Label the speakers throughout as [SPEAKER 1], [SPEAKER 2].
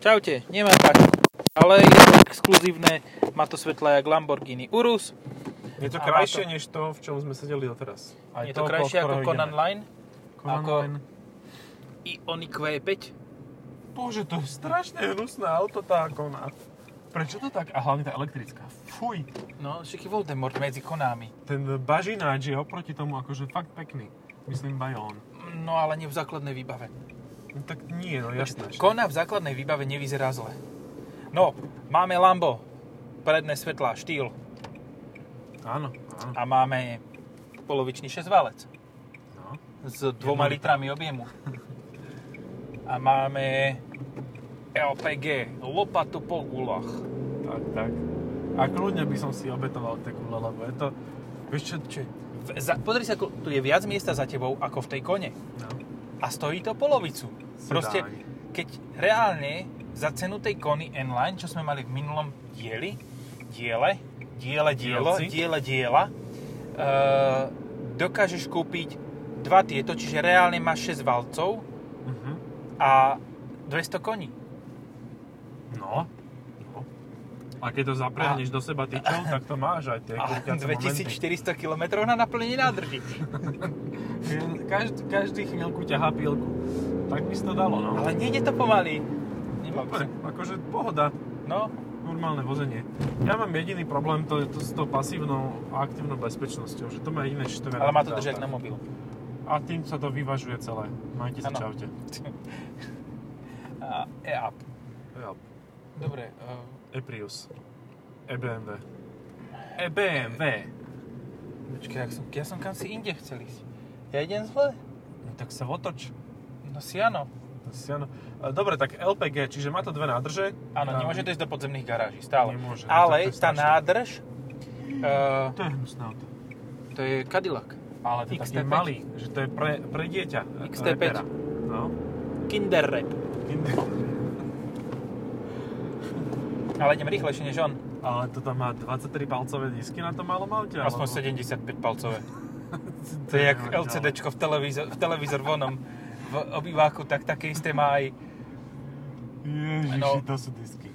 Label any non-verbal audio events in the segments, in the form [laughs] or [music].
[SPEAKER 1] Čaute, nemá tak. Ale je to exkluzívne, má to svetla jak Lamborghini Urus.
[SPEAKER 2] Je to
[SPEAKER 1] A má
[SPEAKER 2] krajšie
[SPEAKER 1] to-
[SPEAKER 2] než to, v čom sme sedeli doteraz. Aj
[SPEAKER 1] je to krajšie
[SPEAKER 2] okolo
[SPEAKER 1] ako
[SPEAKER 2] ktorého
[SPEAKER 1] Conan
[SPEAKER 2] ideme.
[SPEAKER 1] Line
[SPEAKER 2] Conan
[SPEAKER 1] ako-
[SPEAKER 2] Line.
[SPEAKER 1] i Oniq V5.
[SPEAKER 2] Bože, to je strašne hnusné auto tá Conan. Prečo to tak? A hlavne tá elektrická. Fuj,
[SPEAKER 1] No, však je Voldemort medzi konami.
[SPEAKER 2] ten bažináč je oproti tomu akože fakt pekný. Myslím Bajon.
[SPEAKER 1] No ale nie v základnej výbave.
[SPEAKER 2] No, tak nie, no jasné. že-
[SPEAKER 1] Kona v základnej výbave nevyzerá zle. No, máme Lambo, predné svetlá, štýl
[SPEAKER 2] Áno, áno.
[SPEAKER 1] a máme polovičný šesťvalec
[SPEAKER 2] No.
[SPEAKER 1] s dvoma
[SPEAKER 2] Jedno
[SPEAKER 1] litrami objemu. A máme LPG, lopatu po gulách.
[SPEAKER 2] Tak, tak. A kľudne by som si obetoval tie gule, lebo je to... Vieš čo, čo je?
[SPEAKER 1] V- za- Pozri sa, ko- tu je viac miesta za tebou ako v tej kone.
[SPEAKER 2] No.
[SPEAKER 1] A stojí to polovicu.
[SPEAKER 2] Sedáň.
[SPEAKER 1] Proste, keď reálne za cenu tej kony N-Line, čo sme mali v minulom dieli, diele, diele, dielo,
[SPEAKER 2] Dielci.
[SPEAKER 1] diele, diela, e, dokážeš kúpiť dva tieto, čiže reálne máš 6 valcov
[SPEAKER 2] Mhm.
[SPEAKER 1] a 200 koní.
[SPEAKER 2] No. no. A keď to zaprehneš do seba
[SPEAKER 1] [laughs]
[SPEAKER 2] tyčov, tak to máš aj tie
[SPEAKER 1] A
[SPEAKER 2] krútiace momenty.
[SPEAKER 1] 2400 km na naplnenie nádrží.
[SPEAKER 2] Každý, každý chvíľku ťahá pílku. Tak by si to dalo, no.
[SPEAKER 1] Ale nejde to pomaly. Nemám sa-
[SPEAKER 2] Dobre, akože pohoda,
[SPEAKER 1] No,
[SPEAKER 2] normálne vozenie. Ja mám jediný problém, to je to s tou pasívnou a aktívnou bezpečnosťou, že to má iné štvené.
[SPEAKER 1] ale má to držať na mobilu.
[SPEAKER 2] A tým sa to vyvažuje celé. Majte sa
[SPEAKER 1] Áno.
[SPEAKER 2] čaute.
[SPEAKER 1] A e-up.
[SPEAKER 2] Ja,
[SPEAKER 1] Dobre, e,
[SPEAKER 2] E-Prius. E-BMW. E-BMW.
[SPEAKER 1] Počkaj, jak som, ja som kam si inde chcel ísť. Ja idem zle?
[SPEAKER 2] No, tak sa otoč.
[SPEAKER 1] No si áno.
[SPEAKER 2] Asi áno. E, Dobre, tak LPG, čiže má to dve nádrže.
[SPEAKER 1] Áno,
[SPEAKER 2] A-
[SPEAKER 1] nemôže to ísť do podzemných garáží, stále.
[SPEAKER 2] Nemôže, no
[SPEAKER 1] Ale
[SPEAKER 2] tak to je
[SPEAKER 1] tá
[SPEAKER 2] strašné.
[SPEAKER 1] nádrž, uh,
[SPEAKER 2] To je hnusné auto.
[SPEAKER 1] to je Cadillac.
[SPEAKER 2] Ale to je taký
[SPEAKER 1] XT5.
[SPEAKER 2] malý, že to je pre, pre dieťa. e,
[SPEAKER 1] XT5.
[SPEAKER 2] repera. No.
[SPEAKER 1] Kinder Rap. Ale idem rýchlejšie než on.
[SPEAKER 2] Ale toto má 23 palcové disky na tom malom aute.
[SPEAKER 1] Aspoň 75
[SPEAKER 2] [laughs]
[SPEAKER 1] palcové. To je jak LCDčko v televízor, v televízor vonom. V obýváku, tak také isté má aj...
[SPEAKER 2] Ježiši,
[SPEAKER 1] No.
[SPEAKER 2] to sú disky.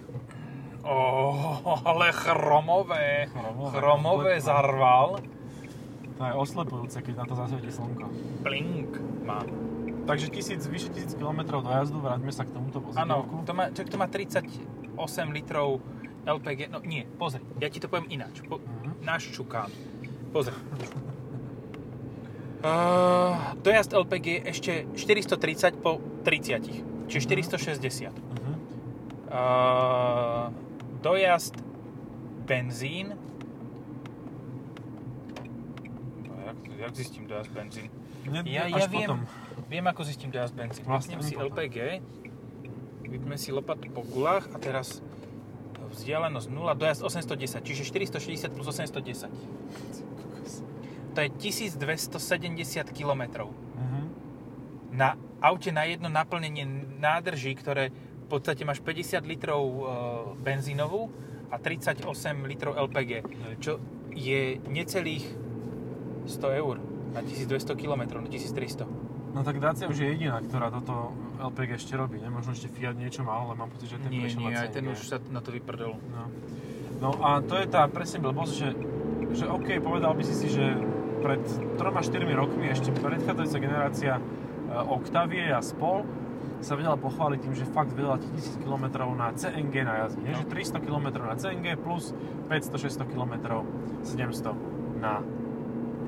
[SPEAKER 1] Oh, ale chromové.
[SPEAKER 2] Chromové.
[SPEAKER 1] Chromové zarval.
[SPEAKER 2] To je oslepujúce, keď na to zasvieti slnko.
[SPEAKER 1] Blink má.
[SPEAKER 2] Takže tisíc, vyše 1000 km dojazdu, vráťme sa k tomuto
[SPEAKER 1] Áno,
[SPEAKER 2] vozidlovku.
[SPEAKER 1] to má, čak to má 38 litrov LPG, no nie, pozri, ja ti to poviem ináč, po,
[SPEAKER 2] Mhm.
[SPEAKER 1] naščukám, pozri. Uh, dojazd LPG je ešte 430 po 30, čiže 460.
[SPEAKER 2] Mhm.
[SPEAKER 1] Uh, dojazd benzín, No, jak, jak zistím dojazd benzín?
[SPEAKER 2] Ne-
[SPEAKER 1] Ja, ja
[SPEAKER 2] až
[SPEAKER 1] viem,
[SPEAKER 2] potom.
[SPEAKER 1] viem, ako zistím dojazd benzín.
[SPEAKER 2] Vlastne
[SPEAKER 1] Vypnem si
[SPEAKER 2] ani potom.
[SPEAKER 1] LPG, vypnem si lopatu po gulách a teraz vzdialenosť 0, dojazd 810, čiže 460 plus 810. To je 1270 km.
[SPEAKER 2] Mhm.
[SPEAKER 1] Na aute na jedno naplnenie nádrží, ktoré v podstate máš 50 litrov e, benzínovú a 38 litrov LPG, čo je necelých 100 eur na 1200 km, na 1300.
[SPEAKER 2] No tak Dacia už je jediná, ktorá toto LPG ešte robí. Nemožno ešte Fiat niečo má, ale mám pocit, že ten
[SPEAKER 1] nie,
[SPEAKER 2] prešiel
[SPEAKER 1] nie,
[SPEAKER 2] na
[SPEAKER 1] aj ten
[SPEAKER 2] CNG.
[SPEAKER 1] už sa na to vyprdol.
[SPEAKER 2] No. no a to je tá presne blbosť, že, že OK, povedal by si si, že pred 3-4 rokmi ešte predchádzajúca generácia e, Octavie a spol sa vedela pochváliť tým, že fakt vedela 1000 km na CNG na
[SPEAKER 1] No.
[SPEAKER 2] jazdí. No. Že 300 km na CNG plus 500-600 km 700 na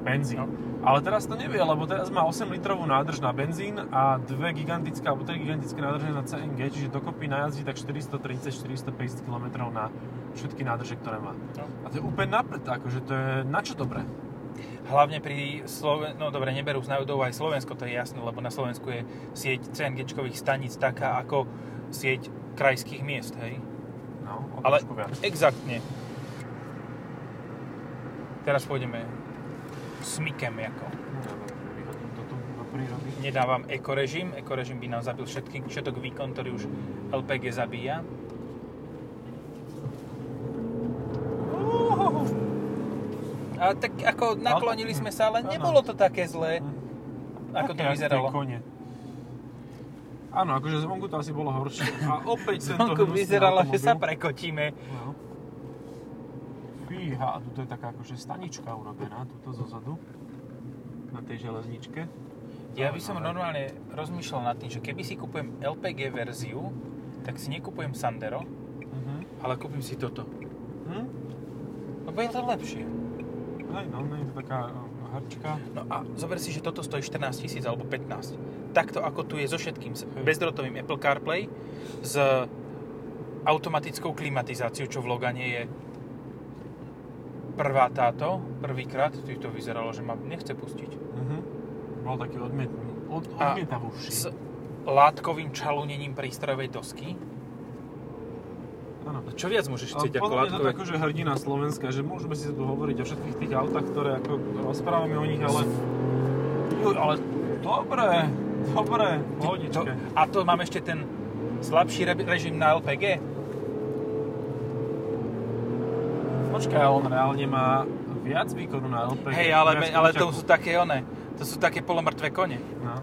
[SPEAKER 2] benzín.
[SPEAKER 1] No.
[SPEAKER 2] Ale teraz to nevie, lebo teraz má 8 litrovú nádrž na benzín a dve gigantické alebo 3 gigantické nádrže na CNG, čiže dokopy najazdí tak 430-450 km na všetky nádrže, ktoré má.
[SPEAKER 1] No.
[SPEAKER 2] A to je úplne naprd, akože to je na čo dobré.
[SPEAKER 1] Hlavne pri Sloven... No dobre, neberú z do aj Slovensko, to je jasné, lebo na Slovensku je sieť CNG-čkových staníc taká ako sieť krajských miest, hej?
[SPEAKER 2] No, o
[SPEAKER 1] Ale
[SPEAKER 2] trošku viac.
[SPEAKER 1] exaktne. Teraz pôjdeme smikem ako.
[SPEAKER 2] Vyhodím to tu No, do prírody.
[SPEAKER 1] Nedávam ekorežim, ekorežim by nám zabil všetky, všetok výkon, ktorý už LPG zabíja.
[SPEAKER 2] Uhuhu.
[SPEAKER 1] A tak ako naklonili sme sa, ale
[SPEAKER 2] No. Áno. Hm.
[SPEAKER 1] nebolo to také zlé, ako to
[SPEAKER 2] Také, jak tie
[SPEAKER 1] vyzeralo.
[SPEAKER 2] Kone. Áno, akože zvonku to asi bolo horšie. A opäť tento
[SPEAKER 1] Vonku
[SPEAKER 2] hnusný
[SPEAKER 1] vyzeralo, že sa
[SPEAKER 2] automobil.
[SPEAKER 1] prekotíme.
[SPEAKER 2] No. Fíha, a tuto je taká akože stanička urobená, tuto zozadu. Na tej železničke.
[SPEAKER 1] Ja by som
[SPEAKER 2] Zaujímavé.
[SPEAKER 1] normálne rozmýšľal nad tým, že keby si kupujem LPG verziu, tak si nekupujem Sandero,
[SPEAKER 2] Mhm.
[SPEAKER 1] ale kúpim si toto.
[SPEAKER 2] Hm?
[SPEAKER 1] Lebo je to lepšie.
[SPEAKER 2] Hej, no, no, je to taká eh, hrčka.
[SPEAKER 1] No a zober si, že toto stojí 14 tisíc alebo 15. Takto ako tu je so všetkým, s bezdrotovým Apple CarPlay, s automatickou klimatizáciou, čo v Logane je prvá táto, prvýkrát, tu to vyzeralo, že ma nechce pustiť.
[SPEAKER 2] Mhm. Bol taký odmiet, od,
[SPEAKER 1] A
[SPEAKER 2] odmietavúši.
[SPEAKER 1] S látkovým čalúnením prístrojovej dosky.
[SPEAKER 2] Áno.
[SPEAKER 1] No Čo viac môžeš
[SPEAKER 2] Ale
[SPEAKER 1] chcieť ako
[SPEAKER 2] podľa mňa to
[SPEAKER 1] látkové?
[SPEAKER 2] je akože hrdina Slovenska, že môžeme si tu hovoriť o všetkých tých autách, ktoré ako rozprávame o nich, ale... Juj, ale dobre, dobre,
[SPEAKER 1] To,
[SPEAKER 2] pohodičke.
[SPEAKER 1] a to mám ešte ten slabší re- režim na LPG.
[SPEAKER 2] Počkaj, ale on reálne má viac výkonu na LPG.
[SPEAKER 1] Hej, ale,
[SPEAKER 2] viac
[SPEAKER 1] ale to
[SPEAKER 2] konťaku.
[SPEAKER 1] sú také one, to sú také polomrtvé kone.
[SPEAKER 2] No.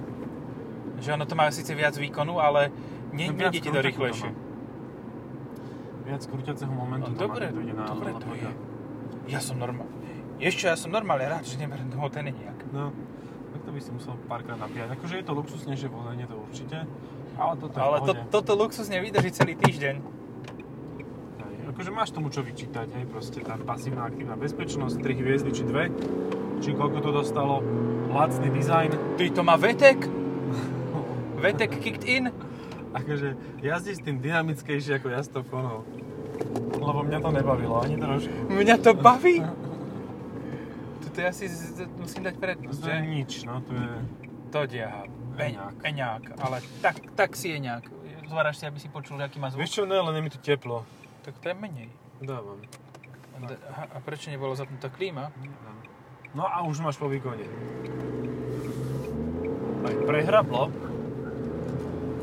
[SPEAKER 1] Že ono to má síce viac výkonu, ale ne,
[SPEAKER 2] No,
[SPEAKER 1] nejde ti to
[SPEAKER 2] krúťaku
[SPEAKER 1] rýchlejšie.
[SPEAKER 2] to má. Viac krúťaceho momentu
[SPEAKER 1] No,
[SPEAKER 2] to
[SPEAKER 1] dobre,
[SPEAKER 2] má, keď ide na
[SPEAKER 1] dobre to
[SPEAKER 2] LPG.
[SPEAKER 1] je. Ja som normálne. Ešte ja som normálne rád, že neberiem domov ten nejak.
[SPEAKER 2] No, tak to by si musel párkrát napíjať. Akože je to luxusnejšie vozenie, to určite. Ale toto je v
[SPEAKER 1] Ale to,
[SPEAKER 2] pohode.
[SPEAKER 1] toto luxus nevydrží celý týždeň.
[SPEAKER 2] Hej, Akože máš tomu čo vyčítať, hej, proste tá pasívna aktívna bezpečnosť, 3 hviezdy či 2, či koľko to dostalo, lacný dizajn.
[SPEAKER 1] Ty to má Vetek? Vetek kicked in?
[SPEAKER 2] Akože jazdíš s tým dynamickejšie ako jazd to konou. Lebo mňa to nebavilo ani trošku.
[SPEAKER 1] Mňa to
[SPEAKER 2] [laughs]
[SPEAKER 1] baví. Toto ja si z- z- musím dať prednosť,
[SPEAKER 2] To
[SPEAKER 1] že?
[SPEAKER 2] je nič, no to je...
[SPEAKER 1] To diaha.
[SPEAKER 2] Eňák.
[SPEAKER 1] Eňák. Eňák. Ale tak, tak si eňák. Zváraš si, aby si počul, aký má zvuk?
[SPEAKER 2] Vieš čo, ne, len je mi tu teplo.
[SPEAKER 1] Tak to je menej.
[SPEAKER 2] Dávam.
[SPEAKER 1] Aha, a prečo nebolo zapnutá klíma?
[SPEAKER 2] No a už máš po výkone. Tak prehrablo.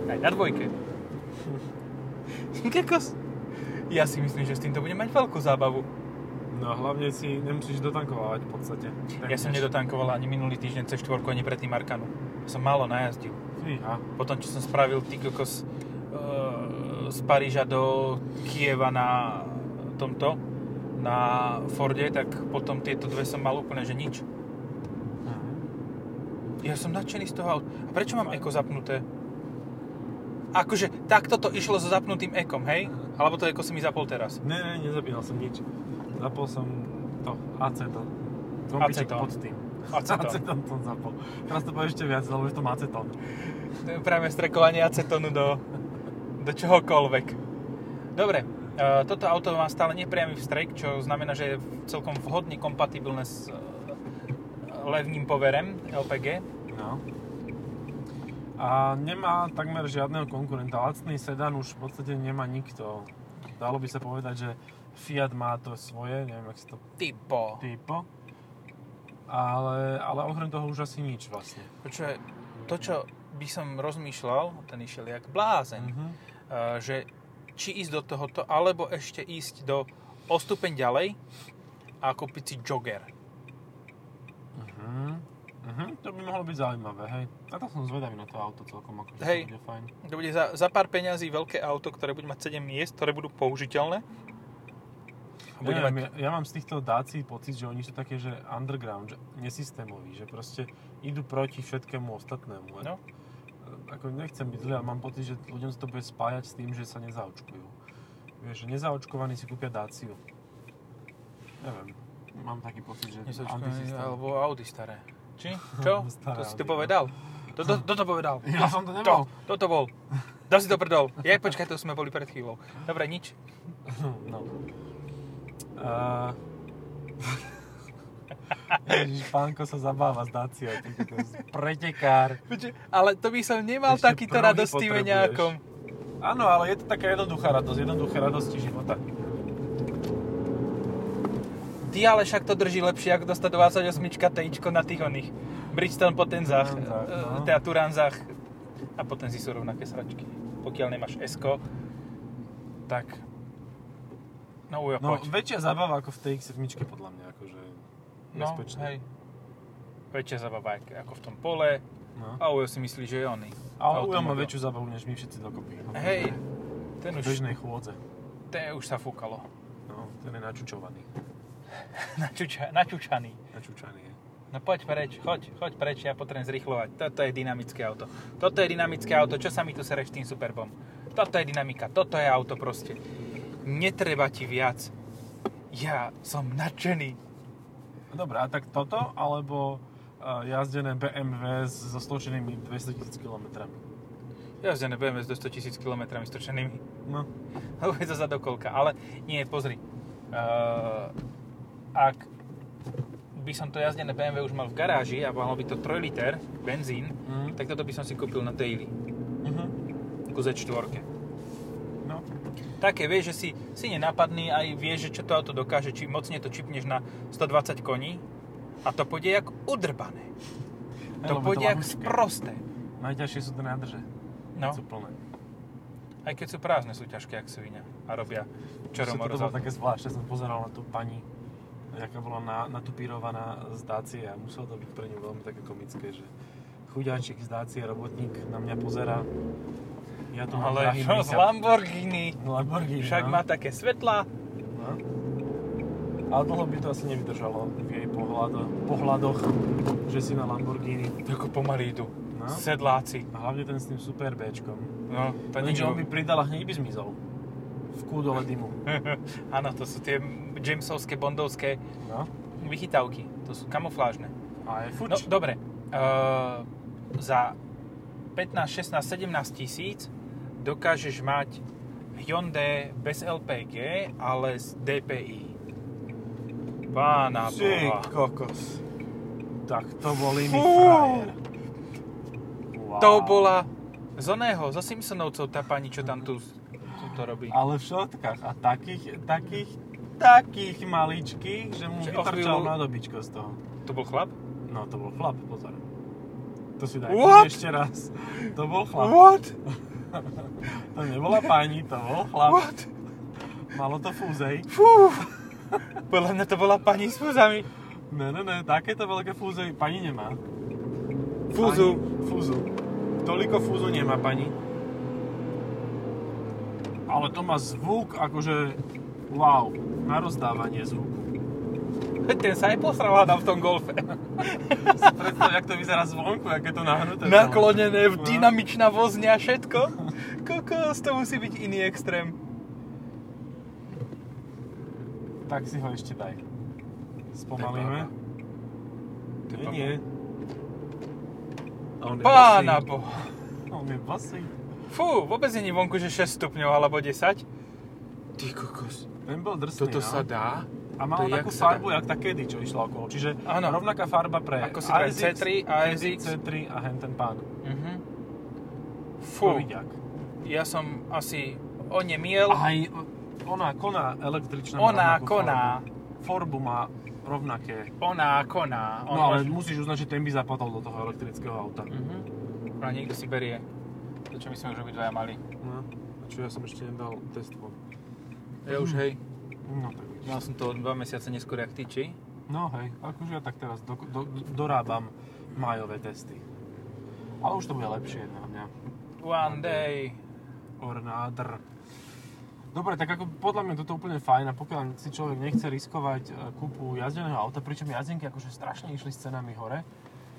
[SPEAKER 1] Aj na [laughs] dvojke. Kokos. Ja si myslím, že s týmto budem mať veľkú zábavu.
[SPEAKER 2] No a hlavne si nemusíš dotankovať v podstate.
[SPEAKER 1] Ja som nedotankoval ani minulý týždeň C4, ani predtým Arkanu. Som málo najazdil.
[SPEAKER 2] Fíha.
[SPEAKER 1] Potom, čo som spravil ty kokos eh, z Paríža do Kieva na tomto, na Forde, tak potom tieto dve som mal úplne, že nič. Ja som nadšený z toho auta. A prečo mám eko zapnuté? Akože takto to išlo so zapnutým ekom, hej? Alebo to eko si mi zapol teraz.
[SPEAKER 2] Ne, ne, nezapínal som nič. Zapol som to, acetón. Gombíček
[SPEAKER 1] Acetón.
[SPEAKER 2] pod tým. [laughs]
[SPEAKER 1] Acetón.
[SPEAKER 2] Acetón som zapol. Teraz to povie ešte viac, lebo je to acetón.
[SPEAKER 1] To je Práve strekovanie acetónu do, do čohokoľvek. Dobre, e, toto auto má stále nepriamy vstrek, čo znamená, že je celkom vhodne kompatibilné s e, levným poverem LPG.
[SPEAKER 2] No. A nemá takmer žiadneho konkurenta. Lacný sedan už v podstate nemá nikto. Dalo by sa povedať, že Fiat má to svoje, neviem, ak si to
[SPEAKER 1] Typo.
[SPEAKER 2] typo. Ale, ale okrem toho už asi nič vlastne.
[SPEAKER 1] Počuje, to, čo by som rozmýšľal, ten išiel jak blázen.
[SPEAKER 2] Mhm.
[SPEAKER 1] Uh, že či ísť do tohoto, alebo ešte ísť do o stupeň ďalej a kúpiť si jogger.
[SPEAKER 2] Mhm. Mhm. To by mohlo byť zaujímavé, hej. A tak som zvedavý na to auto celkom, akože
[SPEAKER 1] Hej.
[SPEAKER 2] to bude fajn.
[SPEAKER 1] To bude za, za pár peňazí veľké auto, ktoré bude mať 7 miest, ktoré budú použiteľné. A bude
[SPEAKER 2] Ja,
[SPEAKER 1] mať...
[SPEAKER 2] neviem, ja, ja, mám z týchto dácií pocit, že oni sú také, že underground, že nesystémoví, že proste idú proti všetkému ostatnému.
[SPEAKER 1] No.
[SPEAKER 2] E, Ako nechcem byť zle, ale mám pocit, že ľuďom sa to bude spájať s tým, že sa nezaočkujú. Vieš, že nezaočkovaní si kúpia dáciu. Neviem, mám taký pocit, že
[SPEAKER 1] Nesočkované,
[SPEAKER 2] antisystém.
[SPEAKER 1] alebo Audi staré.
[SPEAKER 2] [laughs]
[SPEAKER 1] Či? Čo?
[SPEAKER 2] Staré
[SPEAKER 1] to si
[SPEAKER 2] Audi,
[SPEAKER 1] to
[SPEAKER 2] no.
[SPEAKER 1] povedal. Kto to, to, to povedal?
[SPEAKER 2] Ja som to
[SPEAKER 1] To,
[SPEAKER 2] nebol.
[SPEAKER 1] toto bol. Dal si to prdol. Ja, počkaj, to sme boli pred chvíľou. Dobre, nič.
[SPEAKER 2] No. [laughs] Uh... Ježiš, pánko sa zabáva s Dacia, ty kokos. pretekár.
[SPEAKER 1] Viete, Ale to by som nemal
[SPEAKER 2] Ešte
[SPEAKER 1] takýto
[SPEAKER 2] prohy
[SPEAKER 1] radostý
[SPEAKER 2] potrebuješ.
[SPEAKER 1] veňákom.
[SPEAKER 2] Áno, ale je to taká jednoduchá radosť, jednoduché radosti života.
[SPEAKER 1] Ty ale však to drží lepšie, ako dostať 28 tejčko na tých oných. Bridgestone potenzách,
[SPEAKER 2] Turanzách, no.
[SPEAKER 1] no. teda Turanzách. A potenzy sú rovnaké sračky. Pokiaľ nemáš s tak... No ujo,
[SPEAKER 2] No,
[SPEAKER 1] poď.
[SPEAKER 2] väčšia zábava ako v tej X7,
[SPEAKER 1] No,
[SPEAKER 2] podľa mňa, akože bezpečné.
[SPEAKER 1] Väčšia zabava je ako v tom pole,
[SPEAKER 2] No.
[SPEAKER 1] A Ujo si myslí, že je oný.
[SPEAKER 2] Ale
[SPEAKER 1] Automobil.
[SPEAKER 2] Ujo má väčšiu zábavu, než my všetci dokopy.
[SPEAKER 1] Hej, ten
[SPEAKER 2] V
[SPEAKER 1] už,
[SPEAKER 2] bežnej chôdze.
[SPEAKER 1] ten už sa fúkalo. [laughs]
[SPEAKER 2] No, ten je načučovaný.
[SPEAKER 1] Načuča, načučaný.
[SPEAKER 2] Načučaný je.
[SPEAKER 1] No poď preč, choď, choď preč, ja potrebujem zrychlovať. Toto je dynamické auto. Toto je dynamické auto, čo sa mi tu sereš tým superbom? Toto je dynamika, toto je auto proste. Netreba ti viac. Ja som nadšený.
[SPEAKER 2] Dobre, No, a tak toto, alebo eh, jazdené BMW s- so stočenými 200 000 km.
[SPEAKER 1] Jazdené BMW s 100 000 km stočenými.
[SPEAKER 2] No,
[SPEAKER 1] [laughs] Lebo je to za dokolka. Ale nie, pozri. Uh, ak by som to jazdené BMW už mal v garáži a malo by to 3 liter benzín,
[SPEAKER 2] Mhm.
[SPEAKER 1] tak toto by som si kúpil na daily
[SPEAKER 2] mhm.
[SPEAKER 1] ku Z4.
[SPEAKER 2] no.
[SPEAKER 1] Také, vieš, že si, si nenapadný aj vieš, že čo to auto dokáže, či mocne to čipneš na 120 koní a to pôjde jak udrbané. To
[SPEAKER 2] Lebo
[SPEAKER 1] pôjde jak
[SPEAKER 2] ľahúčké.
[SPEAKER 1] sprosté.
[SPEAKER 2] Najťažšie sú tie nádrže.
[SPEAKER 1] No,
[SPEAKER 2] Sú plné.
[SPEAKER 1] aj keď sú prázdne, sú ťažké jak svinia a robia
[SPEAKER 2] Čo
[SPEAKER 1] čoromor. z
[SPEAKER 2] to bolo
[SPEAKER 1] auta.
[SPEAKER 2] také zvláštne, som pozeral na tú pani, aká bola na, natupírovaná z Dacie a muselo to byť pre ňu veľmi také komické, že chudáčik z Dacie, robotník na mňa pozera. Ja tu mám
[SPEAKER 1] No, Ale
[SPEAKER 2] drahý
[SPEAKER 1] čo z
[SPEAKER 2] mesiac.
[SPEAKER 1] Lamborghini?
[SPEAKER 2] Lamborghini,
[SPEAKER 1] Však
[SPEAKER 2] no.
[SPEAKER 1] má také svetla.
[SPEAKER 2] No. Ale dlho by to asi nevydržalo v jej pohľado, pohľadoch, že si na Lamborghini.
[SPEAKER 1] Ako pomaly idú.
[SPEAKER 2] No.
[SPEAKER 1] Sedláci.
[SPEAKER 2] A hlavne ten s tým super Bčkom.
[SPEAKER 1] No, to
[SPEAKER 2] To
[SPEAKER 1] nie
[SPEAKER 2] nič, on by pridal a hneď by zmizol. V kúdole dymu.
[SPEAKER 1] [laughs] Áno, to sú tie Jamesovské, bondovské
[SPEAKER 2] No.
[SPEAKER 1] vychytávky. To sú kamuflážne.
[SPEAKER 2] A je fuč.
[SPEAKER 1] No, dobre. Uh, za 15, 16, 17 tisíc dokážeš mať Hyundai bez LPG, ale z DPI. Pána
[SPEAKER 2] Ty
[SPEAKER 1] Boha.
[SPEAKER 2] kokos. Tak to bol iný
[SPEAKER 1] Fú.
[SPEAKER 2] frajer. Wow.
[SPEAKER 1] To bola z oného, zo Simpsonovcov, tá pani, čo tam tu, tu to robí.
[SPEAKER 2] Ale v šotkách a takých, takých, takých maličkých, že mu
[SPEAKER 1] Že o
[SPEAKER 2] vytrčal
[SPEAKER 1] chvíľu-
[SPEAKER 2] na dobičko z toho.
[SPEAKER 1] To bol chlap?
[SPEAKER 2] No to bol chlap, pozor. To si daj
[SPEAKER 1] What?
[SPEAKER 2] ešte raz. To bol chlap.
[SPEAKER 1] What?
[SPEAKER 2] To nebola pani, to bol chlap.
[SPEAKER 1] What?
[SPEAKER 2] Malo to fúzej.
[SPEAKER 1] Fú. Podľa mňa to bola pani s fúzami.
[SPEAKER 2] Ne, ne, ne, takéto veľké fúzej pani nemá.
[SPEAKER 1] Fúzu.
[SPEAKER 2] Pani, fúzu. Toliko fúzu nemá pani. Ale to má zvuk, akože wow, na rozdávanie zvuku.
[SPEAKER 1] Ten sa aj posral hádam v tom golfe.
[SPEAKER 2] Si predstav, jak to vyzerá zvonku, aké to nahnuté. celé.
[SPEAKER 1] Naklonené,
[SPEAKER 2] No.
[SPEAKER 1] dynamičná vozňa, všetko. Kokos, to musí byť iný extrém.
[SPEAKER 2] Tak si ho ešte daj. Spomalíme. Nie, nie. A on je
[SPEAKER 1] Pána
[SPEAKER 2] basý.
[SPEAKER 1] boha.
[SPEAKER 2] On je basý.
[SPEAKER 1] Fú, vôbec není vonku, že 6 stupňov alebo 10. Ty kokos,
[SPEAKER 2] Ten bol drsný,
[SPEAKER 1] toto
[SPEAKER 2] no.
[SPEAKER 1] sa dá?
[SPEAKER 2] A
[SPEAKER 1] to
[SPEAKER 2] mal
[SPEAKER 1] je
[SPEAKER 2] takú
[SPEAKER 1] jak sa dá.
[SPEAKER 2] farbu, jak tá kedy, čo išla okolo. Čiže
[SPEAKER 1] Áno.
[SPEAKER 2] rovnaká farba pre
[SPEAKER 1] Ako si praje C3, ASX.
[SPEAKER 2] C3 a hen ten pán.
[SPEAKER 1] Mhm. Fú,
[SPEAKER 2] Covidiak.
[SPEAKER 1] ja som asi o ne miel.
[SPEAKER 2] Aj ona koná električná. má
[SPEAKER 1] Ona
[SPEAKER 2] rovnakú
[SPEAKER 1] koná,
[SPEAKER 2] Farbu. Forbu má rovnaké.
[SPEAKER 1] ona koná.
[SPEAKER 2] No ale musíš uznať, že ten by zapadol do toho elektrického auta.
[SPEAKER 1] Mhm. Ale niekto si berie. To, čo my sme už obidvaja mali.
[SPEAKER 2] No. A čo ja som ešte nedal test von.
[SPEAKER 1] Ja už hej.
[SPEAKER 2] No tak vidíš.
[SPEAKER 1] Mal som to o dva mesiace neskôr, jak ty, či?
[SPEAKER 2] No hej, akože ja tak teraz do, do, dorábam majové testy. Ale už to bude lepšie na mňa.
[SPEAKER 1] One day.
[SPEAKER 2] Or another. Dobre, tak ako podľa mňa toto je úplne fajn a pokiaľ si človek nechce riskovať e, kúpu jazdeného auta, pričom jazdenky akože strašne išli s cenami hore,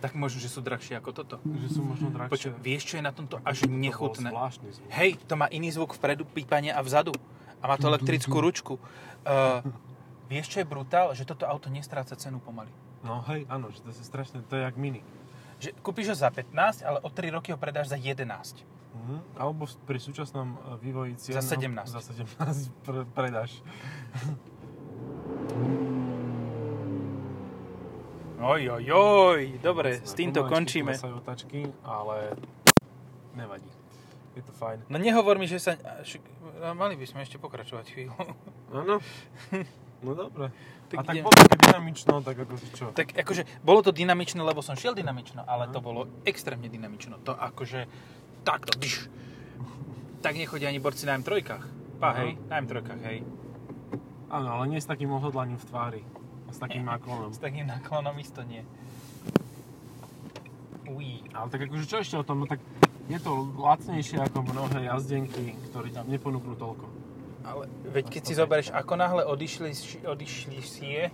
[SPEAKER 1] Tak možno, že sú drahšie ako toto.
[SPEAKER 2] že sú možno drahšie.
[SPEAKER 1] Počuj, vieš, čo je na tomto až nechutné?
[SPEAKER 2] To bol zvláštny zvuk.
[SPEAKER 1] Hej, to má iný zvuk vpredu, pípanie a vzadu. A má to elektrickú ručku. Uh, vieš, čo je brutál? Že toto auto nestráca cenu pomaly.
[SPEAKER 2] No hej, áno, že to je strašné, to je jak mini.
[SPEAKER 1] Že kúpiš ho za 15, ale o 3 roky ho predáš za 11.
[SPEAKER 2] Mhm. Alebo v- pri súčasnom e, vývoji cien...
[SPEAKER 1] Za 17.
[SPEAKER 2] Za 17 [laughs] pre, predáš.
[SPEAKER 1] Oj, oj, oj. Dobre,
[SPEAKER 2] Jasné,
[SPEAKER 1] s týmto
[SPEAKER 2] pomaličky
[SPEAKER 1] končíme.
[SPEAKER 2] klesajú otáčky, ale nevadí. Je to fajn.
[SPEAKER 1] No nehovor mi, že sa... až- no, Mali by sme ešte pokračovať chvíľu.
[SPEAKER 2] Áno. [laughs] No dobre.
[SPEAKER 1] Tak
[SPEAKER 2] a tak
[SPEAKER 1] idem.
[SPEAKER 2] bolo také dynamično, tak ako že čo?
[SPEAKER 1] Tak akože, bolo to dynamično, lebo som šiel dynamično, ale to bolo extrémne dynamično. To akože, takto, dyš. Tak nechodia ani borci na M3. Pá,
[SPEAKER 2] Aha.
[SPEAKER 1] hej, na M3, hej.
[SPEAKER 2] Áno, ale nie s takým odhodlaním v tvári. A S takým náklonom.
[SPEAKER 1] S takým náklonom isto nie. Ui.
[SPEAKER 2] Ale tak akože čo ešte o tom, no tak je to lacnejšie ako mnohé jazdenky, ktoré tam neponúknú toľko.
[SPEAKER 1] Ale veď keď si zoberieš, ako náhle odišli, z- odišli si je,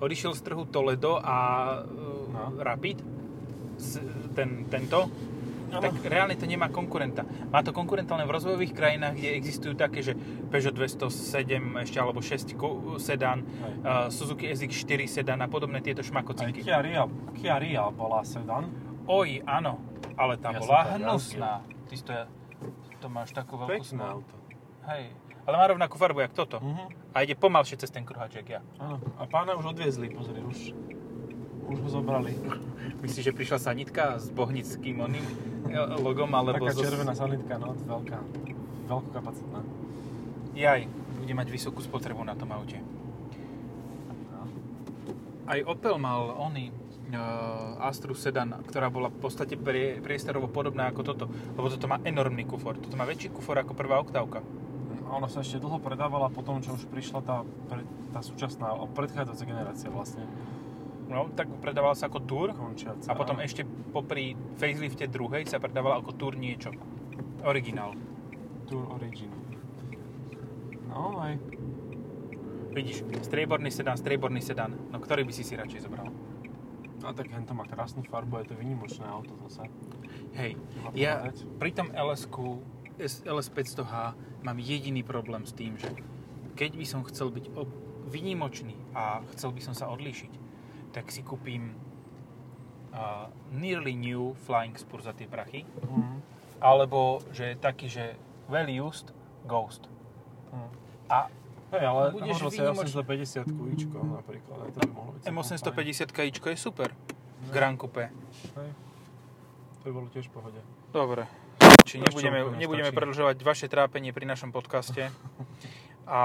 [SPEAKER 1] odišiel z trhu Toledo a no.
[SPEAKER 2] No.
[SPEAKER 1] Rapid, s- ten, tento,
[SPEAKER 2] Áno.
[SPEAKER 1] tak reálne to nemá konkurenta. Má to konkurenta len v rozvojových krajinách, kde existujú také, že Peugeot 207 ešte alebo 6 ko- sedan, uh, Suzuki SX4 sedan a podobné tieto
[SPEAKER 2] Aj
[SPEAKER 1] šmakocinky.
[SPEAKER 2] Kia Rio, Kia Rio bola sedan.
[SPEAKER 1] Oj, áno, ale tá
[SPEAKER 2] Ja
[SPEAKER 1] bola
[SPEAKER 2] som to
[SPEAKER 1] hnusná. Ty si to, to máš takú veľkú
[SPEAKER 2] Pekné
[SPEAKER 1] smolu.
[SPEAKER 2] auto.
[SPEAKER 1] Hej, ale má rovnakú farbu, jak toto.
[SPEAKER 2] Mhm.
[SPEAKER 1] A ide pomalšie cez ten kruháček, ja.
[SPEAKER 2] Áno. A pána už odviezli, pozri, už, už ho zobrali.
[SPEAKER 1] Myslíš, že prišla sanitka s bohnickým oným e, logom, alebo
[SPEAKER 2] Taká
[SPEAKER 1] zo-
[SPEAKER 2] červená sanitka, no, veľká. Veľkokapacitná.
[SPEAKER 1] Jaj, bude mať vysokú spotrebu na tom aute.
[SPEAKER 2] No.
[SPEAKER 1] Aj Opel mal oný uh, Astru sedan, ktorá bola v podstate prie, priestorovo podobná ako toto, lebo toto má enormný kufor. Toto má väčší kufor ako prvá oktávka.
[SPEAKER 2] A ona sa ešte dlho predávala po tom, čo už prišla tá, pre, tá súčasná, alebo predchádzajúca generácia vlastne,
[SPEAKER 1] No, tak predávala sa ako Tour a
[SPEAKER 2] končiaca.
[SPEAKER 1] potom e- ešte popri facelifte druhej sa predávala ako Tour niečo. Originál.
[SPEAKER 2] Tour Origin. No, aj.
[SPEAKER 1] Vidíš, strieborný sedan, strieborný sedan. No ktorý by si si radšej zobral?
[SPEAKER 2] A tak hento má krásnu farbu, je to vynimočné auto zase.
[SPEAKER 1] Hej,
[SPEAKER 2] Treba
[SPEAKER 1] ja
[SPEAKER 2] povedať.
[SPEAKER 1] pri tom ls LS500H mám jediný problém s tým, že keď by som chcel byť ob- vynimočný a chcel by som sa odlíšiť, tak si kúpim uh, nearly new Flying Spur za tie prachy,
[SPEAKER 2] Mhm.
[SPEAKER 1] alebo že taký, že well used Ghost.
[SPEAKER 2] Mhm.
[SPEAKER 1] A
[SPEAKER 2] Hej, ale
[SPEAKER 1] Budeš
[SPEAKER 2] hovoril si
[SPEAKER 1] vynimoč-
[SPEAKER 2] 850 kujíčko napríklad, aj to by mohlo byť celkom
[SPEAKER 1] M850 ičko je super. Grand Coupe.
[SPEAKER 2] fajn. Hej. To by bolo tiež v pohode.
[SPEAKER 1] Dobre. Či
[SPEAKER 2] Už čo,
[SPEAKER 1] nebudeme,
[SPEAKER 2] úplne
[SPEAKER 1] nebudeme
[SPEAKER 2] stačí.
[SPEAKER 1] predlžovať vaše trápenie pri našom podcaste. A,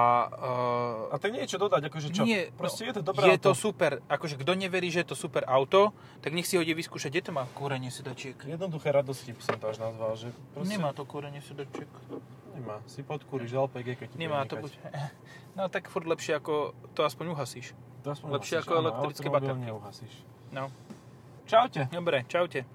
[SPEAKER 1] uh,
[SPEAKER 2] A tak nie je čo dodať, akože čo?
[SPEAKER 1] Nie,
[SPEAKER 2] Proste je to
[SPEAKER 1] Dobré
[SPEAKER 2] dobré
[SPEAKER 1] je
[SPEAKER 2] auto.
[SPEAKER 1] to super, akože kto neverí, že je to super auto, tak nech si ho ide vyskúšať, kde to má kúrenie sedačiek?
[SPEAKER 2] Jednoduché radosti by som to až nazval, že proste...
[SPEAKER 1] Nemá to kúrenie sedačiek.
[SPEAKER 2] Nemá. Si podkúriš LPG, keď ti
[SPEAKER 1] Nemá
[SPEAKER 2] bude
[SPEAKER 1] to buď... [laughs]
[SPEAKER 2] nikať.
[SPEAKER 1] No tak furt lepšie ako to aspoň uhasíš.
[SPEAKER 2] To aspoň
[SPEAKER 1] lepšie
[SPEAKER 2] uhasíš,
[SPEAKER 1] ako
[SPEAKER 2] áno,
[SPEAKER 1] elektrické No.
[SPEAKER 2] automobil
[SPEAKER 1] baterky.
[SPEAKER 2] neuhasíš.
[SPEAKER 1] No.
[SPEAKER 2] Čaute.
[SPEAKER 1] Dobre, čaute.